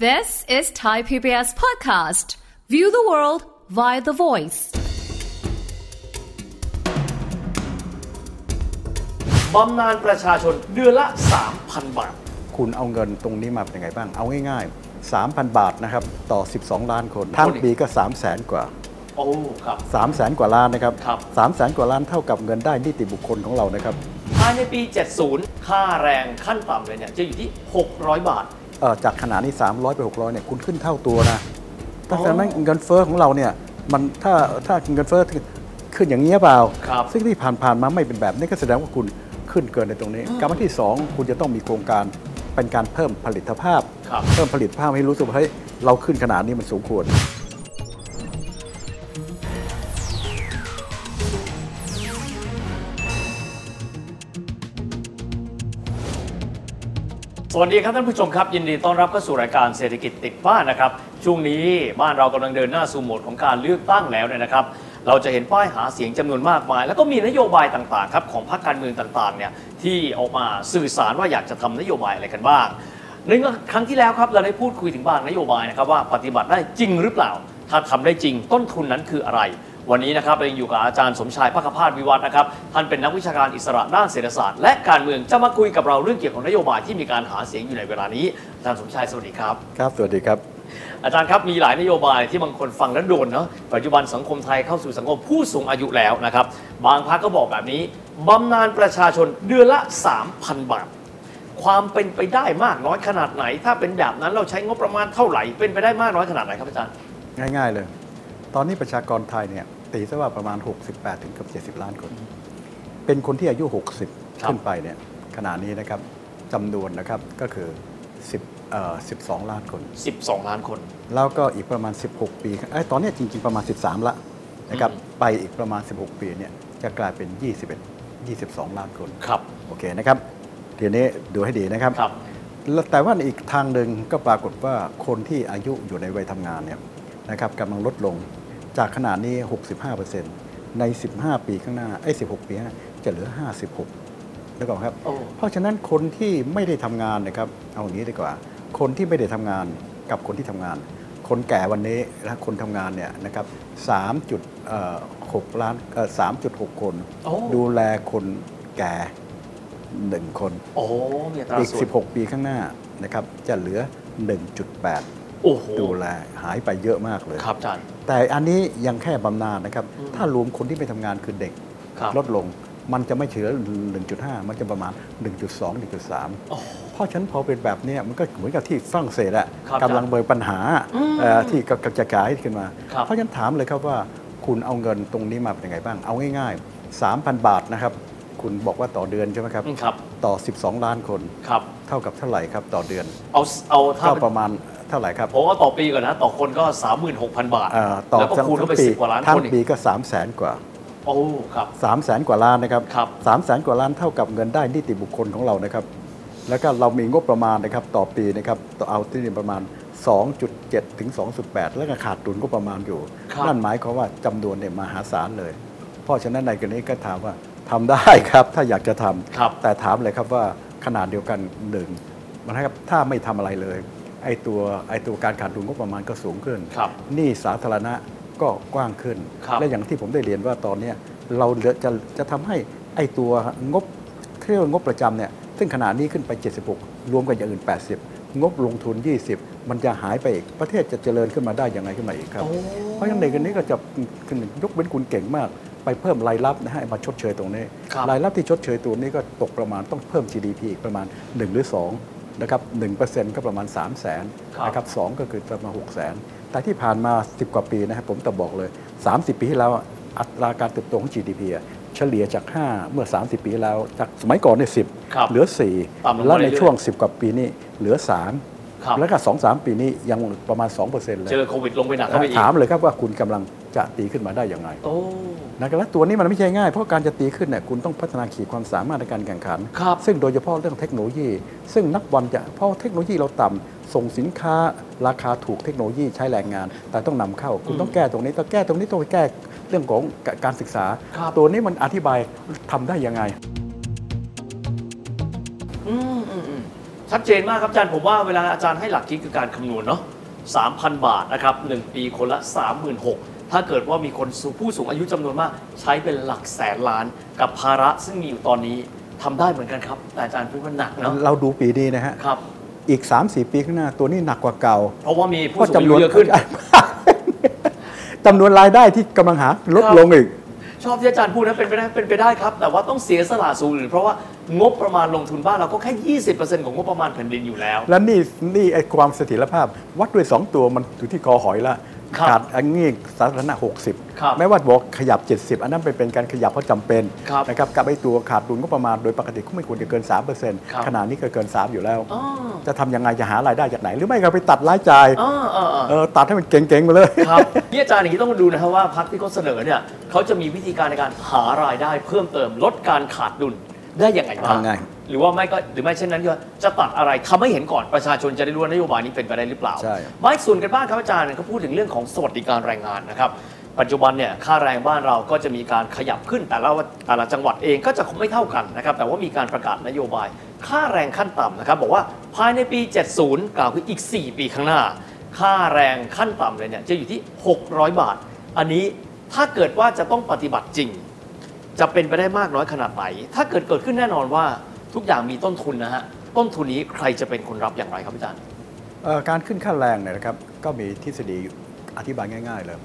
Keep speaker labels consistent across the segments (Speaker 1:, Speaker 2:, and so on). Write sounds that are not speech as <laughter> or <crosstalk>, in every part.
Speaker 1: This is Thai PBS Podcast. View the world via the voice.
Speaker 2: บำนาญประชาชนเดือนละ 3,000 บาท
Speaker 3: คุณเอาเงินตรงนี้มาเป็นไงบ้าง เอาง่ายๆ 3,000 บาทนะครับ ต่อ 12 ล้านคน ทั้งปีก็ 3 0 0แสนกว่า
Speaker 2: โอ้ครับ
Speaker 3: 3 0 0แสนกว่าล้านนะครับ
Speaker 2: ครับ
Speaker 3: 3 0 0แสนกว่าล้านเท่ากับเงินได้นิติบุคคลของเรานะครับ
Speaker 2: ภายในปี 70 ค่าแรงขั้นต่ำเลยเนี่ยจะอยู่ที่ 600 บาท
Speaker 3: เอ่อจากขนาดนี้ 300 ไป 600เนี่ยคุณขึ้นเท่าตัวนะตั้งแต่นั้นเงินเฟ้อของเราเนี่ยมันถ้าถ้าเงินเฟ้อขึ้นอย่างนี้ยเปล่า
Speaker 2: ครับ
Speaker 3: ซึ่งที่ผ่านผ่านๆมาไม่เป็นแบบนี้ก็แสดงว่าคุณขึ้นเกินในตรงนี้การที่ 2 คุณจะต้องมีโครงการเป็นการเพิ่มผลิตภาพ
Speaker 2: ครับ
Speaker 3: เพิ่มผลิตภาพให้รู้สึกว่าเฮ้ยเราขึ้นขนาดนี้มันสมควร
Speaker 2: สวัสดีครับท่านผู้ชมครับ ยินดีต้อนรับเข้าสู่รายการเศรษฐกิจติดบ้านนะครับ ช่วงนี้บ้านเรากำลังเดินหน้าสู่โหมดของการเลือกตั้งแล้วเนี่ยนะครับ เราจะเห็นป้ายหาเสียงจำนวนมากมาย แล้วก็มีนโยบายต่างๆครับของพรรคการเมืองต่างๆเนี่ยที่ออกมาสื่อสารว่าอยากจะทำนโยบายอะไรกันบ้าง ในครั้งที่แล้วครับเราได้พูดคุยถึงบางนโยบายนะครับว่าปฏิบัติได้จริงหรือเปล่า ถ้าทำได้จริงต้นทุนนั้นคืออะไร วันนี้นะครับเรายังอยู่กับอาจารย์สมชายภคพาสวิวัฒน์นะครับท่านเป็นนักวิชาการอิสระด้านเศรษฐศาสตร์และการเมืองจะมาคุยกับเราเรื่องเกี่ยวกับนโยบายที่มีการหาเสียงอยู่ในเวลานี้อาจารย์สมชายสวัสดีครับ
Speaker 3: ครับ สวัสดีครับ
Speaker 2: อาจารย์ครับมีหลายนโยบายที่บางคนฟังแล้วโดนเนาะปัจจุบันสังคมไทยเข้าสู่สังคมผู้สูงอายุแล้วนะครับบางพรรคก็บอกแบบนี้บำนาญประชาชนเดือนละ 3,000 บาท ความเป็นไปได้มากน้อยขนาดไหน ถ้าเป็นแบบนั้นเราใช้งบประมาณเท่าไหร่เป็นไปได้มากน้อยขนาดไหนครับอาจารย์
Speaker 3: ง่ายๆเลย ตอนนี้ประชากรไทยเนี่ยตีซะว่าประมาณ 68ถึงเกับ 70 ล้านคน เป็นคนที่อายุ 60 ขึ้นไปเนี่ยขณะนี้นะครับจำนวนนะครับก็คือ 10เอ่อ12 ล้านคน
Speaker 2: 12 ล้านคน
Speaker 3: แล้วก็อีกประมาณ 16 ปีไอ้ยตอนเนี้ยจริงๆประมาณ 13 ละนะครับ
Speaker 2: อืม
Speaker 3: ไปอีกประมาณ 16 ปีเนี่ยจะกลายเป็น 21 22 ล้านคน
Speaker 2: ครับ
Speaker 3: โอเคนะครับทีนี้ดูให้ดีนะครับ
Speaker 2: ครับ
Speaker 3: แล้วแต่ว่าในอีกทางหนึ่งก็ปรากฏว่าคนที่อายุอยู่ในวัยทำงานเนี่ยนะครับกำลังลดลงจากขนาดนี้ 65%ใน 15 ปีข้างหน้าไอ้ย16 ปีข้างหน้าจะเหลือ 56แล้วก็ครับ
Speaker 2: โอ้
Speaker 3: เพราะฉะนั้นคนที่ไม่ได้ทำงานนะครับ เอาอย่างนี้ดีกว่า คนที่ไม่ได้ทำงานกับคนที่ทำงาน คนแก่วันนี้และคนทำงานเนี่ยนะครับ3จุดหกล้านเอ่อ3.6 คน
Speaker 2: โอ้
Speaker 3: ดูแลคนแก่หนึ่งคน
Speaker 2: โอ้มีอัตรา
Speaker 3: อีก
Speaker 2: ส่วน
Speaker 3: 16 ปีข้างหน้านะครับ จะเหลือ 1.8
Speaker 2: โอ้โห
Speaker 3: ดูแลหายไปเยอะมากเลย
Speaker 2: ครับอาจารย์
Speaker 3: แต่อันนี้ยังแค่บำนาญนะครับ
Speaker 2: อืม
Speaker 3: ถ้ารวมคนที่ไปทำงานคือเด็ก
Speaker 2: ครับ
Speaker 3: ลดลง มันจะไม่เฉลือ 1.5 มันจะประมาณ 1.2 1.3
Speaker 2: โอ้
Speaker 3: เพราะฉะนั้นพอเป็นแบบเนี้ยมันก็เหมือนกับที่ฝรั่งเศสอะ
Speaker 2: ครับ
Speaker 3: กำลังเบิดปัญหา
Speaker 2: อืม
Speaker 3: เอ่อที่กำลังจะขายขึ้นมา
Speaker 2: ครับ
Speaker 3: เพราะฉะนั้นถามเลยครับว่าคุณเอาเงินตรงนี้มาเป็นยังไงบ้าง เอาง่ายๆ 3,000 บาทนะครับ คุณบอกว่าต่อเดือนใช่ไหมครับ
Speaker 2: อืมครับ
Speaker 3: ต่อ 12 ล้านคน
Speaker 2: ครับ
Speaker 3: เท่ากับเท่าไหร่ครับต่อเดือน
Speaker 2: เอาเอาถ้า
Speaker 3: ก็ประมาณเท่าไหร่ครับ
Speaker 2: ผมว่าต่อปีก่อนนะ ต่อคนก็ 36,000 บาท
Speaker 3: เอ่อต่อ
Speaker 2: แล้วก็คูณเข้าไป
Speaker 3: ปี
Speaker 2: สิบกว่าล้าน
Speaker 3: ทั้
Speaker 2: ค
Speaker 3: ง
Speaker 2: นอีก
Speaker 3: ปีก็ 3 0 0แสนกว่า
Speaker 2: โอ้ครับ
Speaker 3: 3 0 0แสนกว่าล้านนะครับ
Speaker 2: ครับ
Speaker 3: สามแสนกว่าล้านเท่ากับเงินได้นิติบุคคลของเรานะครับ แล้วก็เรามีงบประมาณนะครับต่อปีนะครับต่อเอาที่นี่ประมาณ 2.7 ถึง 2.8 แล้วก็ขาดดุลก็ประมาณอยู่
Speaker 2: ครับ
Speaker 3: นั่นหมายความว่าจำนวนเนี่ยมหาศาลเลย เพราะฉะนั้นในกรณีก็ถามว่าทำได้ครับถ้าอยากจะทำ
Speaker 2: ครับ
Speaker 3: แต่ถามเลยครับว่าขนาดเดียวกันหนึ่งมันนะครับถ้าไม่ทำอะไรเลย ไอ้ตัวไอ้ตัวการขาดดุลงบประมาณก็สูงขึ้น
Speaker 2: ครับ
Speaker 3: หนี่สาธารณะก็กว้างขึ้น
Speaker 2: ครับ
Speaker 3: และอย่างที่ผมได้เรียนว่าตอนเนี้ยเราเหลือจะจะทำให้ไอ้ตัวงบเรียกว่างบประจำเนี่ยซึ่งขนาดนี้ขึ้นไป 76 รวมกันอย่างอื่น 80 งบลงทุน 20 มันจะหายไปอีกประเทศจะเจริญขึ้นมาได้ยังไงขึ้นมาอีกครับ
Speaker 2: โอ้
Speaker 3: เพราะฉะนั้นในกรณีก็จะยกเว้นคุณเก่งมาก ไปเพิ่มรายรับนะฮะมาชดเชยตรงนี้
Speaker 2: ครับ
Speaker 3: รายรับที่ชดเชยตัวนี้ก็ตกประมาณต้องเพิ่ม GDP อีกประมาณ 1 หรือ2นะครับ1%ก็ประมาณ 3 0 0 0
Speaker 2: ค
Speaker 3: 0
Speaker 2: รับ
Speaker 3: 0นะครับ2ก็คือประมาณ 6 0 0 0 0 0 แต่ที่ผ่านมา 10 กว่าปีนะครับผมแต่บอกเลย 30 ปีที่แล้วอัตราการเติบโตของ GDP อะเฉลี่ยจาก 5 เมื่อ 30 ปีที่แล้วจากสมัยก่อนเนี่ย
Speaker 2: ครับ
Speaker 3: 10 เหลือ
Speaker 2: ต่ำลง
Speaker 3: 4
Speaker 2: มา
Speaker 3: แล้วใน
Speaker 2: เรื่อยๆ
Speaker 3: ช่วง 10 กว่าปีนี้เหลือ
Speaker 2: ครับ
Speaker 3: 3 แล้วก็2-3 ปีนี้ยังประมาณ 2%เลย
Speaker 2: เจอโควิดลงไปหนักเข้าไปอีก
Speaker 3: ถามเลยครับว่าคุณกำลังจะตีขึ้นมาได้อย่างไร
Speaker 2: โอ้
Speaker 3: นะครับและตัวนี้มันไม่ใช่ง่าย เพราะการจะตีขึ้นเนี่ยคุณต้องพัฒนาขีดความสามารถในการแข่งขัน
Speaker 2: ครับ
Speaker 3: ซึ่งโดยเฉพาะเรื่องเทคโนโลยี ซึ่งนับวันจะเพราะเทคโนโลยีเราต่ำส่งสินค้าราคาถูกเทคโนโลยีใช้แรงงาน แต่ต้องนำเข้า คุณต้องแก้ตรงนี้ต้องแก้ตรงนี้ต้องไปแก้เรื่องของการศึกษา
Speaker 2: ครับ
Speaker 3: ตัวนี้มันอธิบายทำได้ยังไง
Speaker 2: อืมอืมอืม ชัดเจนมากครับอาจารย์ผมว่าเวลาอาจารย์ให้หลักคิดคือการคำนวณเนาะ3,000 บาทนะครับ1ปีคนละ 36,000ถ้าเกิดว่ามีคนสูผู้สูงอายุจำนวนมาก ใช้เป็นหลักแสนล้านกับภาระซึ่งมีอยู่ตอนนี้ทำได้เหมือนกันครับ แต่อาจารย์พูดว่าหนักเนาะ
Speaker 3: เราดูปีนี้นะฮะ
Speaker 2: ครับ
Speaker 3: อีก 3-4 ปีข้างหน้าตัวนี้หนักกว่าเก่า
Speaker 2: เพราะว่ามีผู้
Speaker 3: ก็
Speaker 2: สูงอา
Speaker 3: จำน
Speaker 2: ยุ
Speaker 3: วน
Speaker 2: เยอะขึ้น
Speaker 3: <laughs> จำนวนรายได้ที่กำลังหาลด
Speaker 2: ครับ
Speaker 3: ลงอีก
Speaker 2: ชอบที่อาจารย์พูดนะเป็นไปได้เป็นไปได้ครับ แต่ว่าต้องเสียสละสูงหรือเพราะว่างบประมาณลงทุนบ้านเราก็แค่ 20%ของงบประมาณแผ่นดินอยู่แล้ว
Speaker 3: และนี่นี่ไอ้ความเสถียรภาพ วัดด้วย 2 ตัวมันอยู่ที่คอหอยละ
Speaker 2: ครับ
Speaker 3: ขาดอันนี้สาธารณะ
Speaker 2: ครับ
Speaker 3: 60 แม้ว่าบอกขยับ 70 อันนั้นไปเป็นการขยับเพราะจำเป็น
Speaker 2: ครับ
Speaker 3: นะครับกับไอ้ตัวขาดดุลก็ประมาณโดยปกติก็ไม่ควรจะเกิน
Speaker 2: ครับ
Speaker 3: 3%ขนาดนี้ก็เกิน 3 อยู่แล้ว
Speaker 2: อ๋อ
Speaker 3: จะทำยังไงจะหารายได้จากไหน หรือไม่ก็ไปตัดรายจ่าย
Speaker 2: อ๋ออ๋ออ๋อ
Speaker 3: เออตัดให้มันเก่งๆมาเลย
Speaker 2: ครับนี่อาจารย์อย่างนี้ต้องมาดูนะครับว่าพรรคที่เขาเสนอเนี่ยเขาจะมีวิธีการในการหารายได้เพิ่มเติมลดการขาดดุลได้อย่างไรบ้าง
Speaker 3: ทำไง
Speaker 2: หรือว่าไม่ก็หรือไม่เช่นนั้นก็จะตัดอะไรทำให้เห็นก่อนประชาชนจะได้รู้ว่านโยบายนี้เป็นไปได้หรือเปล่า
Speaker 3: ใช่
Speaker 2: มาอีกส่วนกันบ้างครับอาจารย์เขาพูดถึงเรื่องของสวัสดิการแรงงานนะครับ ปัจจุบันเนี่ยค่าแรงบ้านเราก็จะมีการขยับขึ้นแต่ละวันแต่ละจังหวัดเองก็จะคงไม่เท่ากันนะครับ แต่ว่ามีการประกาศนโยบาย ค่าแรงขั้นต่ำนะครับ บอกว่าภายในปี 70 กล่าวคืออีก 4 ปีข้างหน้า ค่าแรงขั้นต่ำเลยเนี่ยจะอยู่ที่ 600 บาท อันนี้ถ้าเกิดว่าจะต้องปฏิบัติจริง จะเป็นไปได้มากน้อยขนาดไหน ถ้าเกิดเกิดขึ้นแน่นอนว่าทุกอย่างมีต้นทุนนะฮะต้นทุนนี้ใครจะเป็นคนรับอย่างไรครับอาจารย์
Speaker 3: เอ่อการขึ้นค่าแรงเนี่ยนะครับก็มีทฤษฎีอธิบายง่าย ๆเลย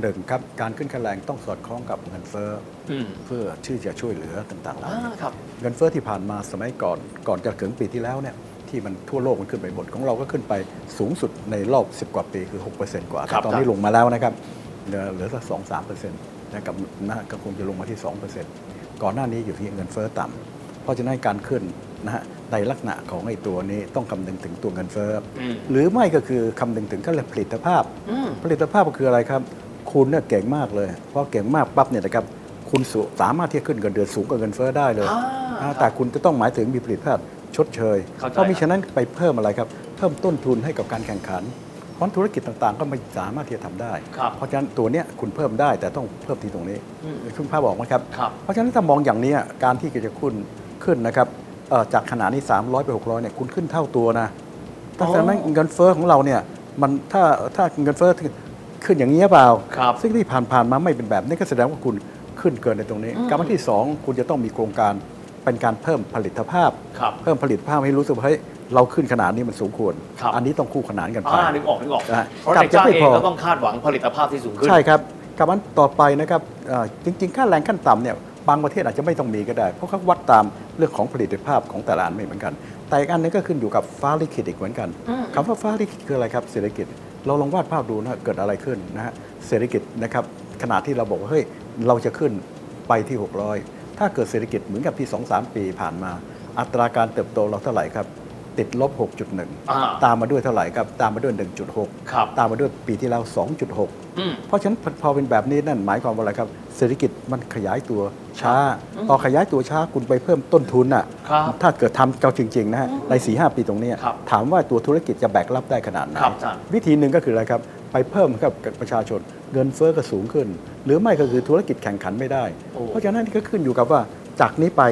Speaker 3: หนึ่งครับการขึ้นค่าแรงต้องสอดคล้องกับเงินเฟ้อ
Speaker 2: อืม
Speaker 3: เพื่อที่จะช่วยเหลือต่างๆเหล่า
Speaker 2: อ่า
Speaker 3: นี้
Speaker 2: ครับ
Speaker 3: เงินเฟ้อที่ผ่านมาสมัยก่อนก่อนจะถึงปีที่แล้วเนี่ยที่มันทั่วโลกมันขึ้นไปหมดของเราก็ขึ้นไปสูงสุดในรอบ 10 กว่าปีคือ 6%กว่า
Speaker 2: ครั
Speaker 3: แต่
Speaker 2: บ
Speaker 3: ตอนนี้ลงมาแล้วนะครับเหลือเหลือสักสองสามเปอร์เซ็นต์นะครับน่าก็คงจะลงมาที่ 2%ก่อนหน้านี้อยู่ที่เงินเฟ้อต่ำเพราะฉะนั้นการขึ้นนะฮะในลักษณะของไอ้ตัวนี้ต้องคำนึงถึงตัวเงินเฟ้อ
Speaker 2: อืม
Speaker 3: หรือไม่ก็คือคำนึงถึงก็เลยผลิตภาพ
Speaker 2: อืม
Speaker 3: ผลิตภาพก็คืออะไรครับ คุณเนี่ยเก่งมากเลยเพราะเก่งมากปั๊บเนี่ยนะครับคุณสุสามารถที่จะขึ้นเงินเดือนสูงกว่าเงินเฟ้อได้เลย
Speaker 2: อ่า
Speaker 3: อ่าแต่คุณจะต้องหมายถึงมีผลิตภาพชดเชย
Speaker 2: เข้าใจ
Speaker 3: เพราะมิฉะนั้นไปเพิ่มอะไรครับ เพิ่มต้นทุนให้กับการแข่งขันเพราะธุรกิจต่างๆ ก็ไม่สามารถที่จะทำได้
Speaker 2: ครับ
Speaker 3: เพราะฉะนั้นตัวเนี้ยคุณเพิ่มได้แต่ต้องเพิ่มที่ตรงนี้
Speaker 2: อืม
Speaker 3: คุณภาพบอกไหมครับ
Speaker 2: ครับ
Speaker 3: เพราะฉะนั้นถ้ามองอย่างเนี้ยการที่จะขึ้นขึ้นนะครับเอ่อจากขนาดนี้ 300 ไป 600เนี่ยคุณขึ้นเท่าตัวนะ
Speaker 2: อ๋อ
Speaker 3: ตั้งแต่นั้นเงินเฟ้อของเราเนี่ยมันถ้าถ้าเงินเฟ้อขึ้นอย่างนี้ยเปล่า
Speaker 2: ครับ
Speaker 3: ซึ่งที่ผ่านผ่านมาไม่เป็นแบบนี้ก็แสดงว่าคุณขึ้นเกินในตรงนี้ การที่ 2 คุณจะต้องมีโครงการเป็นการเพิ่มผลิตภาพ
Speaker 2: ครับ
Speaker 3: เพิ่มผลิตภาพให้รู้สึกว่าเฮ้ยเราขึ้นขนาดนี้มันสูงควร
Speaker 2: ครับ
Speaker 3: อันนี้ต้องคู่ขนานกันไป
Speaker 2: อ่านึกออกนึกออก
Speaker 3: อ่า
Speaker 2: เพราะ
Speaker 3: กลับ
Speaker 2: นายจ้าง
Speaker 3: จะไม่
Speaker 2: เอ
Speaker 3: พ
Speaker 2: ง
Speaker 3: อ
Speaker 2: ก็ต้องคาดหวังผลิตภาพที่สูงขึ้น
Speaker 3: ใช่ครับกับอันต่อไปนะครับเอ่อจริง ๆ ค่าแรงขั้นต่ำเนี่ยบางประเทศอาจจะไม่ต้องมีก็ได้ เพราะเขาวัดตามเรื่องของผลิตภาพของแต่ละอันไม่เหมือนกัน แต่อีกอันหนึงก็ขึ้นอยู่กับฟ้าลิขิตอีกเหมือนกันคำว่าฟ้าลิขิตคืออะไรครับเศรษฐกิจเราลองวาดภาพดูนะเกิดอะไรขึ้นนะฮะเศรษฐกิจนะครับขนาดที่เราบอกว่าเฮ้ยเราจะขึ้นไปที่ 600 ถ้าเกิดเศรษฐกิจเหมือนกับที่ 2-3 ปีผ่านมา อัตราการเติบโตเราเท่าไหร่ครับติดลบ
Speaker 2: อ่า
Speaker 3: 6.1 ตามมาด้วยเท่าไหร่ครับตามมาด้วย 1.6
Speaker 2: ครับ
Speaker 3: ตามมาด้วยปีที่แล้ว 2.6
Speaker 2: อืม
Speaker 3: เพราะฉะนั้นพอพอเป็นแบบนี้นั่นหมายความว่าอะไรครับ เศรษฐกิจมันขยายตัวช้าพอขยายตัวช้าคุณไปเพิ่มต้นทุนอ่ะ
Speaker 2: ครับ
Speaker 3: ถ้าเกิดทำเจ้าจริงๆนะฮะใน4ีหปีตรงเนี้ย
Speaker 2: ครับ
Speaker 3: ถามว่าตัวธุรกิจจะแบกรับได้ขนาดไหน
Speaker 2: ครับอาจารย์
Speaker 3: วิธีหนึ่งก็คืออะไรครับ ไปเพิ่มกับประชาชนเงินเฟ้อก็สูงขึ้น หรือไม่ก็คือธุรกิจแข่งขันไม่ได้
Speaker 2: โอ้
Speaker 3: เพราะฉะนั้นก็ขึ้นอยู่กับว่าจากนี้ไป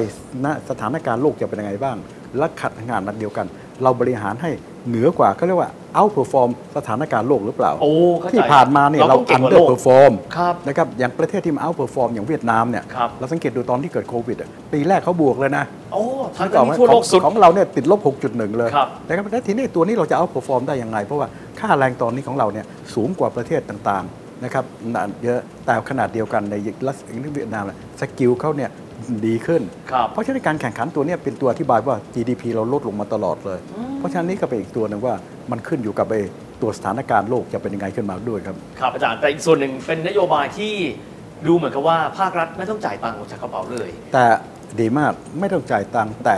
Speaker 3: ณสถานการณ์โลกจะเป็นยังไงบ้าง และขัดงานนัดเดียวกัน เราบริหารให้เหนือกว่าเขาเรียกว่า outperform สถานการณ์โลกหรือเปล่า
Speaker 2: โอ้เข้ใจ
Speaker 3: ที่ผ่านมาเนี่ยเรา
Speaker 2: ต้อง
Speaker 3: อั
Speaker 2: ก่งก
Speaker 3: น
Speaker 2: ว่า
Speaker 3: เดอ
Speaker 2: โล
Speaker 3: ร์
Speaker 2: ก
Speaker 3: เพอร์ฟอร์ม
Speaker 2: ครับ
Speaker 3: นะครับอย่างประเทศที่มาเอาเ e อร์ฟอร์มอย่างเวียดนามเนี่ย
Speaker 2: ครับ
Speaker 3: เราสังเกตดูตอนที่เกิดโควิดอะปีแรกเขาบวกเลยนะ
Speaker 2: โอ้ทั้ง
Speaker 3: ต่อ
Speaker 2: ที่ทั่วโลกสุด
Speaker 3: ของเราเนี่ยติดลบ 6.1 เลย
Speaker 2: ครับ
Speaker 3: นะครับแล้วทีนี้ตัวนี้เราจะเอาเ e อร์ฟอร์มได้ยังไง เพราะว่าค่าแรงตอนนี้ของเราเนี่ยสูงกว่าประเทศต่างๆนะครับนานเยอะแต่ขนาดเดียวกันในรัสเซียเวียดนามเนี่ยสกิลเขาเนี่ยดีขึ้น
Speaker 2: ครับ
Speaker 3: เพราะฉะนั้นการแข่งขันตัวเนี้เป็นตัวอธิบายว่า GDP เราลดลงมาตลอดเลย เพราะฉะนั้นนี่ก็เป็นอีกตัวหนึ่งว่ามันขึ้นอยู่กับไอ้ตัวสถานการณ์โลกจะเป็นยังไงขึ้นมาด้วยครับ
Speaker 2: ครับอาจารย์แต่อีกส่วนหนึ่งเป็นนโยบายที่ดูเหมือนกับว่าภาครัฐไม่ต้องจ่ายตังค์ออกจากกระเป๋าเลย
Speaker 3: แต่ดีมากไม่ต้องจ่ายตังค์แต่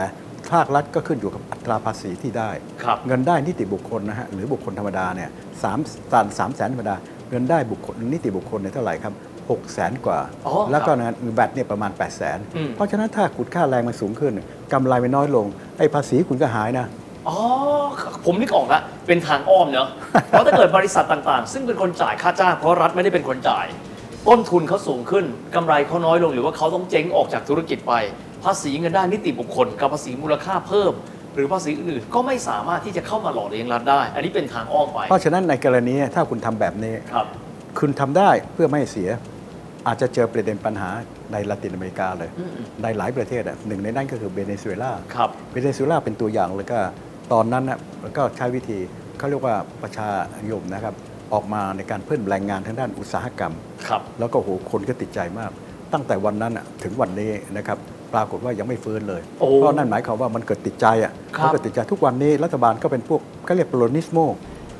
Speaker 3: ภาครัฐก็ขึ้นอยู่กับอัตราภาษีที่ได้
Speaker 2: ครับ
Speaker 3: เงินได้นิติบุคคลนะฮะหรือบุคคลธรรมดาเนี่ยสามตันสามแสนธรรมดา เงินได้บุคคลนิติบุคคลเนี่ยเท่าไหร่ครับหกแสนกว่า
Speaker 2: อ๋อ
Speaker 3: แล้วก็นะฮะแบตเนี่ยประมาณ8ปดแสน
Speaker 2: อืม
Speaker 3: เพราะฉะนั้นถ้าคุณค่าแรงมันสูงขึ้นกำไรมันน้อยลงไอ้ภาษีคุณก็หายนะ
Speaker 2: อ๋อ ผมนึกออกละเป็นทางอ้อมเนอะเพราะถ้าเกิดบริษัทต่างๆ ซึ่งเป็นคนจ่ายค่าจ้างเพราะรัฐไม่ได้เป็นคนจ่าย ต้นทุนเขาสูงขึ้นกำไรเขาน้อยลงหรือว่าเขาต้องเจ๊งออกจากธุรกิจไป ภาษีเงินได้นิติบุคคล กับภาษีมูลค่าเพิ่ม หรือภาษีอื่นๆก็ไม่สามารถที่จะเข้ามาหล่อเลี้ยงรัฐได้ อันนี้เป็นทางอ้อมไป
Speaker 3: เพราะฉะนั้นในกรณีถ้าคุณทำแบบนี้
Speaker 2: ครับ
Speaker 3: คุณทำได้เพื่อไม่ให้เสีย อาจจะเจอประเด็นปัญหาในละตินอเมริกาเลย
Speaker 2: อืม
Speaker 3: ในหลายประเทศอะหนึ่งในนั้นก็คือเบเนซุเอลา
Speaker 2: ครับ
Speaker 3: เวเนซุเอลาเป็นตัวอย่างเลยก็ตอนนั้นนะแล้วก็ใช้วิธีเขาเรียกว่าประชานิยมนะครับ ออกมาในการเพิ่มแรงงานทางด้านอุตสาหกรรม
Speaker 2: ครับ
Speaker 3: แล้วก็โหคนก็ติดใจมาก ตั้งแต่วันนั้นน่ะถึงวันนี้นะครับปรากฏว่ายังไม่ฟื้นเลย
Speaker 2: โอ้
Speaker 3: เพราะนั่นหมายความว่ามันเกิดติดใจอ่ะ
Speaker 2: ครับ
Speaker 3: มันเกิดติดใจทุกวันนี้รัฐบาลก็เป็นพวกก็เรียกเปโรนิสโม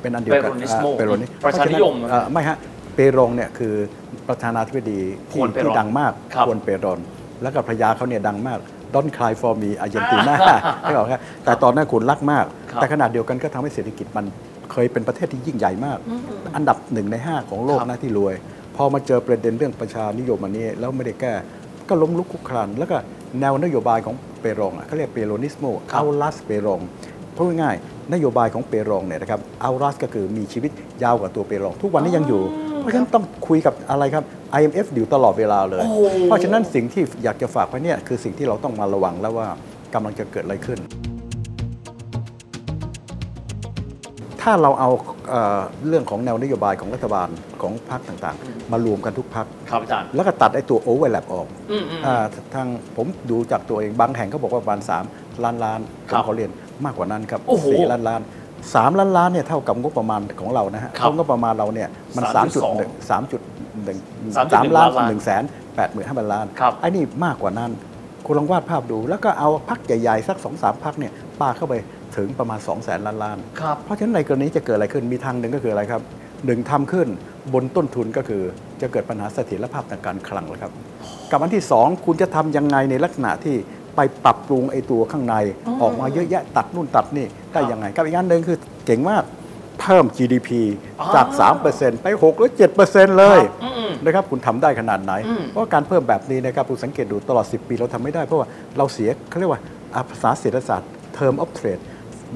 Speaker 3: เป็นอันเดียวกัน
Speaker 2: Peronismo
Speaker 3: เปโรนิ
Speaker 2: ประชานิยม
Speaker 3: เอ่อไม่ฮะเปโรนเนี่ยคือประธานาธิบดีที่
Speaker 2: ควรเปโรน
Speaker 3: ที่ดังมาก
Speaker 2: ครับ
Speaker 3: ควรเปโรนแล้วก็ภรรยาเขาเนี่ยดังมากดอนคลายฟอร์มีอาร์เจนติ
Speaker 2: <laughs>
Speaker 3: นาไม่บอกครับแต่ตอนนั้นคุณรักมาก
Speaker 2: ครับ
Speaker 3: แต่ขนาดเดียวกันก็ทำให้เศรษฐกิจมันเคยเป็นประเทศที่ยิ่งใหญ่มาก อันดับหนึ่งใน 5 ของโลก
Speaker 2: ครับ
Speaker 3: นะที่รวย พอมาเจอประเด็นเรื่องประชานิยมอันนี้ แล้วไม่ได้แก้ ก็ล้มลุกคลุกคลานแล้วก็แนวนโยบายของเปโรงอ่ะเขาเรียกเปโรนิสโม
Speaker 2: ครับ
Speaker 3: เอาลัสเปโรงพูดง่ายๆนโยบายของเปโรงเนี่ยนะครับเอาลัสก็คือมีชีวิตยาวกว่าตัวเปโรงทุกวันนี้ยังอยู่ เพราะฉะนั้นต้องคุยกับอะไรครับ IMF อยู่ตลอดเวลาเลย
Speaker 2: โอ้
Speaker 3: เพราะฉะนั้นสิ่งที่อยากจะฝากไว้เนี่ยคือสิ่งที่เราต้องมาระวังแล้วว่ากำลังจะเกิดอะไรขึ้น ถ้าเราเอาเอ่อเรื่องของแนวนโยบายของรัฐบาลของพรรคต่างๆ มารวมกันทุกพรรค
Speaker 2: ครับอาจารย์
Speaker 3: แล้วก็ตัดไอ้ตัวโอเวอร์แลปออก
Speaker 2: อืมอืม
Speaker 3: อ่าทางผมดูจากตัวเองบางแห่งก็บอกว่าประมาณ3ล้านล้านผ
Speaker 2: ครั
Speaker 3: ม
Speaker 2: บ
Speaker 3: ขอเรียนมากกว่านั้นครับ
Speaker 2: โอ้โห
Speaker 3: สี่ล้านล้านสามล้านล้านเนี่ยเท่ากับงบประมาณของเรานะฮะ
Speaker 2: ครับ
Speaker 3: เพาะงบประมาณเราเนี่ยมัน
Speaker 2: 3.2
Speaker 3: 3.1 3.1
Speaker 2: 3.1
Speaker 3: 3ล้าน
Speaker 2: ล้าน
Speaker 3: หนึ่งแสนแปดหมื่นห้าพันล้าน
Speaker 2: ครับ
Speaker 3: ไอ้นี่มากกว่านั้นคุณลองวาดภาพดู แล้วก็เอาพักใหญ่ๆสักสองสามพักเนี่ยปาเข้าไปถึงประมาณ2องแสนล้านล้าน
Speaker 2: ครับ
Speaker 3: เพราะฉะนั้นในกรณีจะเกิดอะไรขึ้นมีทางหนึ่งก็คืออะไรครับหนึ่งทำขึ้นบนต้นทุนก็คือจะเกิดปัญหาเสถียรภาพทางการคลังเลยครับกับอันที่ 2 คุณจะทำยังไงในลักษณะที่ไปปรับปรุงไอ้ตัวข้างใน
Speaker 2: อ๋อ
Speaker 3: ออกมาเยอะแยะตัดนู่นตัดนี่ได้
Speaker 2: ครับ
Speaker 3: ยังไงกับอีกอันหนึ่งคือเก่งมากเพิ่ม GDP
Speaker 2: อ๋อ
Speaker 3: จาก 3%ไป6หรือ7%เลย
Speaker 2: อืมอืม
Speaker 3: นะครับคุณทำได้ขนาดไหน
Speaker 2: อืม
Speaker 3: เพราะการเพิ่มแบบนี้นะครับคุณสังเกตดูตลอด 10 ปีเราทำไม่ได้เพราะว่าเราเสียเขาเรียกว่าอ่าภาษาเศรษฐศาสตร์ term of trade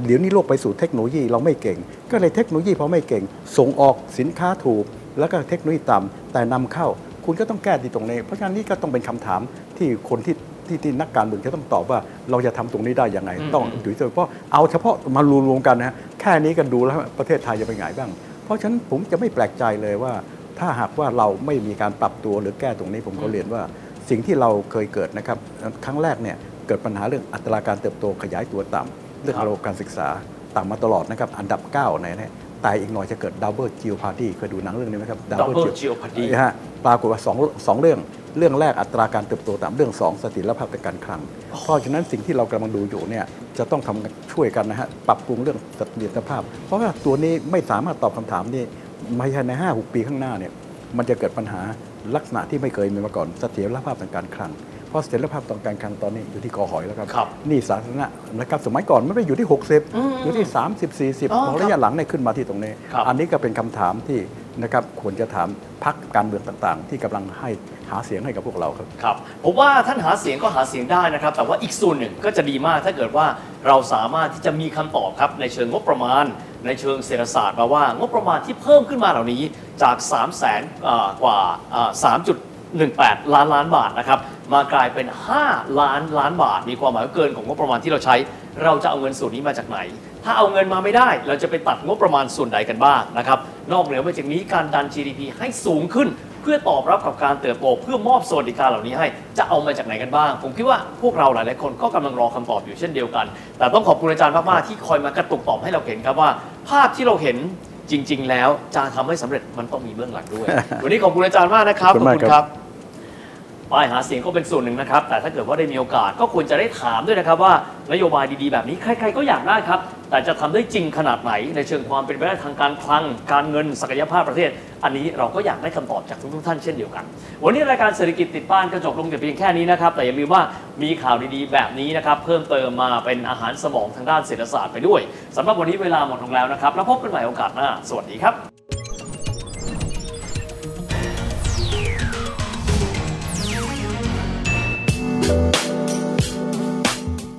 Speaker 3: เดี๋ยวนี้โลกไปสู่เทคโนโลยีเราไม่เก่ง ก็เลยเทคโนโลยีพอไม่เก่ง ส่งออกสินค้าถูก แล้วก็เทคโนโลยีต่ำแต่นำเข้า คุณก็ต้องแก้ที่ตรงนี้ เพราะฉะนั้นนี่ก็ต้องเป็นคำถามที่คนที่ที่ที่นักการเมืองจะต้องตอบว่าเราจะทำตรงนี้ได้ยังไง
Speaker 2: อืม
Speaker 3: ต้องดูเฉพาะเอาเฉพาะมารวมๆกันนะฮะแค่นี้กันดูแล้วประเทศไทยจะเป็นไงบ้าง เพราะฉะนั้นผมจะไม่แปลกใจเลยว่า ถ้าหากว่าเราไม่มีการปรับตัวหรือแก้ตรงนี้ผมก็เรียนว่า สิ่งที่เราเคยเกิดนะครับ ครั้งแรกเนี่ยเกิดปัญหาเรื่องอัตราการเติบโตขยายตัวต่ำเรื่อง
Speaker 2: ครับ
Speaker 3: ระบบการศึกษาต่ำมาตลอดนะครับ อันดับ 9 ในนะแต่อีกหน่อยจะเกิดดับเบิลจิ o พาร์ตี้เคยดูหนังเรื่องนี้ไหมครับ
Speaker 2: ดับ
Speaker 3: Double
Speaker 2: เบิล
Speaker 3: Geo
Speaker 2: จิโอพาดี
Speaker 3: นะฮะปรากฏว่าสองสองเรื่องเรื่องแรกอัตราการเติบโตตามเรื่อง 2 สถิรภาพทางการคลัง เพราะฉะนั้นสิ่งที่เรากำลังดูอยู่เนี่ยจะต้องทำช่วยกันนะฮะปรับปรุงเรื่องเสถียรภาพ เพราะว่าตัวนี้ไม่สามารถตอบคำถามนี้ไม่ใช่ในห้าหกปีข้างหน้าเนี่ยมันจะเกิดปัญหาลักษณะที่ไม่เคยมีมาก่อนเสถียรภาพทางการคลัง เพราะเสถียรภาพทางการคลังตอนนี้อยู่ที่กอหอยแล้วครับ
Speaker 2: ครับ
Speaker 3: หนี่สาธารณะนะครับสมัยก่อนมันไม่อยู่ที่ 60
Speaker 2: อืม
Speaker 3: อยู่ที่ 30 40
Speaker 2: อ๋อ
Speaker 3: ของระยะหลังเนี่ยขึ้นมาที่ตรงนี้
Speaker 2: ครับ
Speaker 3: อันนี้ก็เป็นคำถามที่นะครับควรจะถามพักการเมืองต่างๆ ที่กำลังให้หาเสียงให้กับพวกเราครับ
Speaker 2: ครับผมว่าท่านหาเสียงก็หาเสียงได้นะครับ แต่ว่าอีกส่วนหนึ่งก็จะดีมากถ้าเกิดว่าเราสามารถที่จะมีคำตอบครับ ในเชิงงบประมาณ ในเชิงเศรษฐศาสตร์มาว่างบประมาณที่เพิ่มขึ้นมาเหล่านี้จาก 3 0 0แสนกว่าอ่า3.18 ล้านล้านบาทนะครับมากลายเป็น 5 ล้านล้านบาท มีความหมายว่าเกินของงบประมาณที่เราใช้ เราจะเอาเงินส่วนนี้มาจากไหน ถ้าเอาเงินมาไม่ได้ เราจะไปตัดงบประมาณส่วนใดกันบ้างนะครับนอกเหนือไปจากนี้การดัน GDP ให้สูงขึ้น เพื่อตอบรับกับการเติบโตเพื่อมอบสวัสดิการเหล่านี้ให้ จะเอามาจากไหนกันบ้าง ผมคิดว่าพวกเราหลายๆคนก็กำลังรอคำตอบอยู่เช่นเดียวกัน แต่ต้องขอบคุณอาจารย์มาก ๆ ที่คอยมากระตุกตอบให้เราเห็นครับว่า ภาพที่เราเห็นจริง ๆ แล้วจะทำให้สำเร็จมันต้องมีเบื้องหลัง
Speaker 3: <laughs>
Speaker 2: ด้วย วันนี้ขอบคุณอาจารย์มากนะครับ
Speaker 3: ขอบคุณมากครับ
Speaker 2: ป้ายหาเสียงก็เป็นส่วนหนึ่งนะครับ แต่ถ้าเกิดว่าได้มีโอกาสก็ควรจะได้ถามด้วยนะครับว่านโยบายดีๆ แบบนี้ใครๆก็อยากได้ครับ แต่จะทำได้จริงขนาดไหน ในเชิงความเป็นไปได้ทางการคลัง การเงินศักยภาพประเทศ อันนี้เราก็อยากได้คำตอบจากทุกๆท่านเช่นเดียวกัน วันนี้รายการเศรษฐกิจติดบ้านกระจกลงแต่เพียงแค่นี้นะครับ แต่อย่าลืมว่ามีข่าวดีๆ แบบนี้นะครับเพิ่มเติมมาเป็นอาหารสมองทางด้านเศรษฐศาสตร์ไปด้วยสำหรับวันนี้เวลาหมดลงแล้วนะครับแล้วพบกันใหม่โอกาสหน้าสวัสดีครับ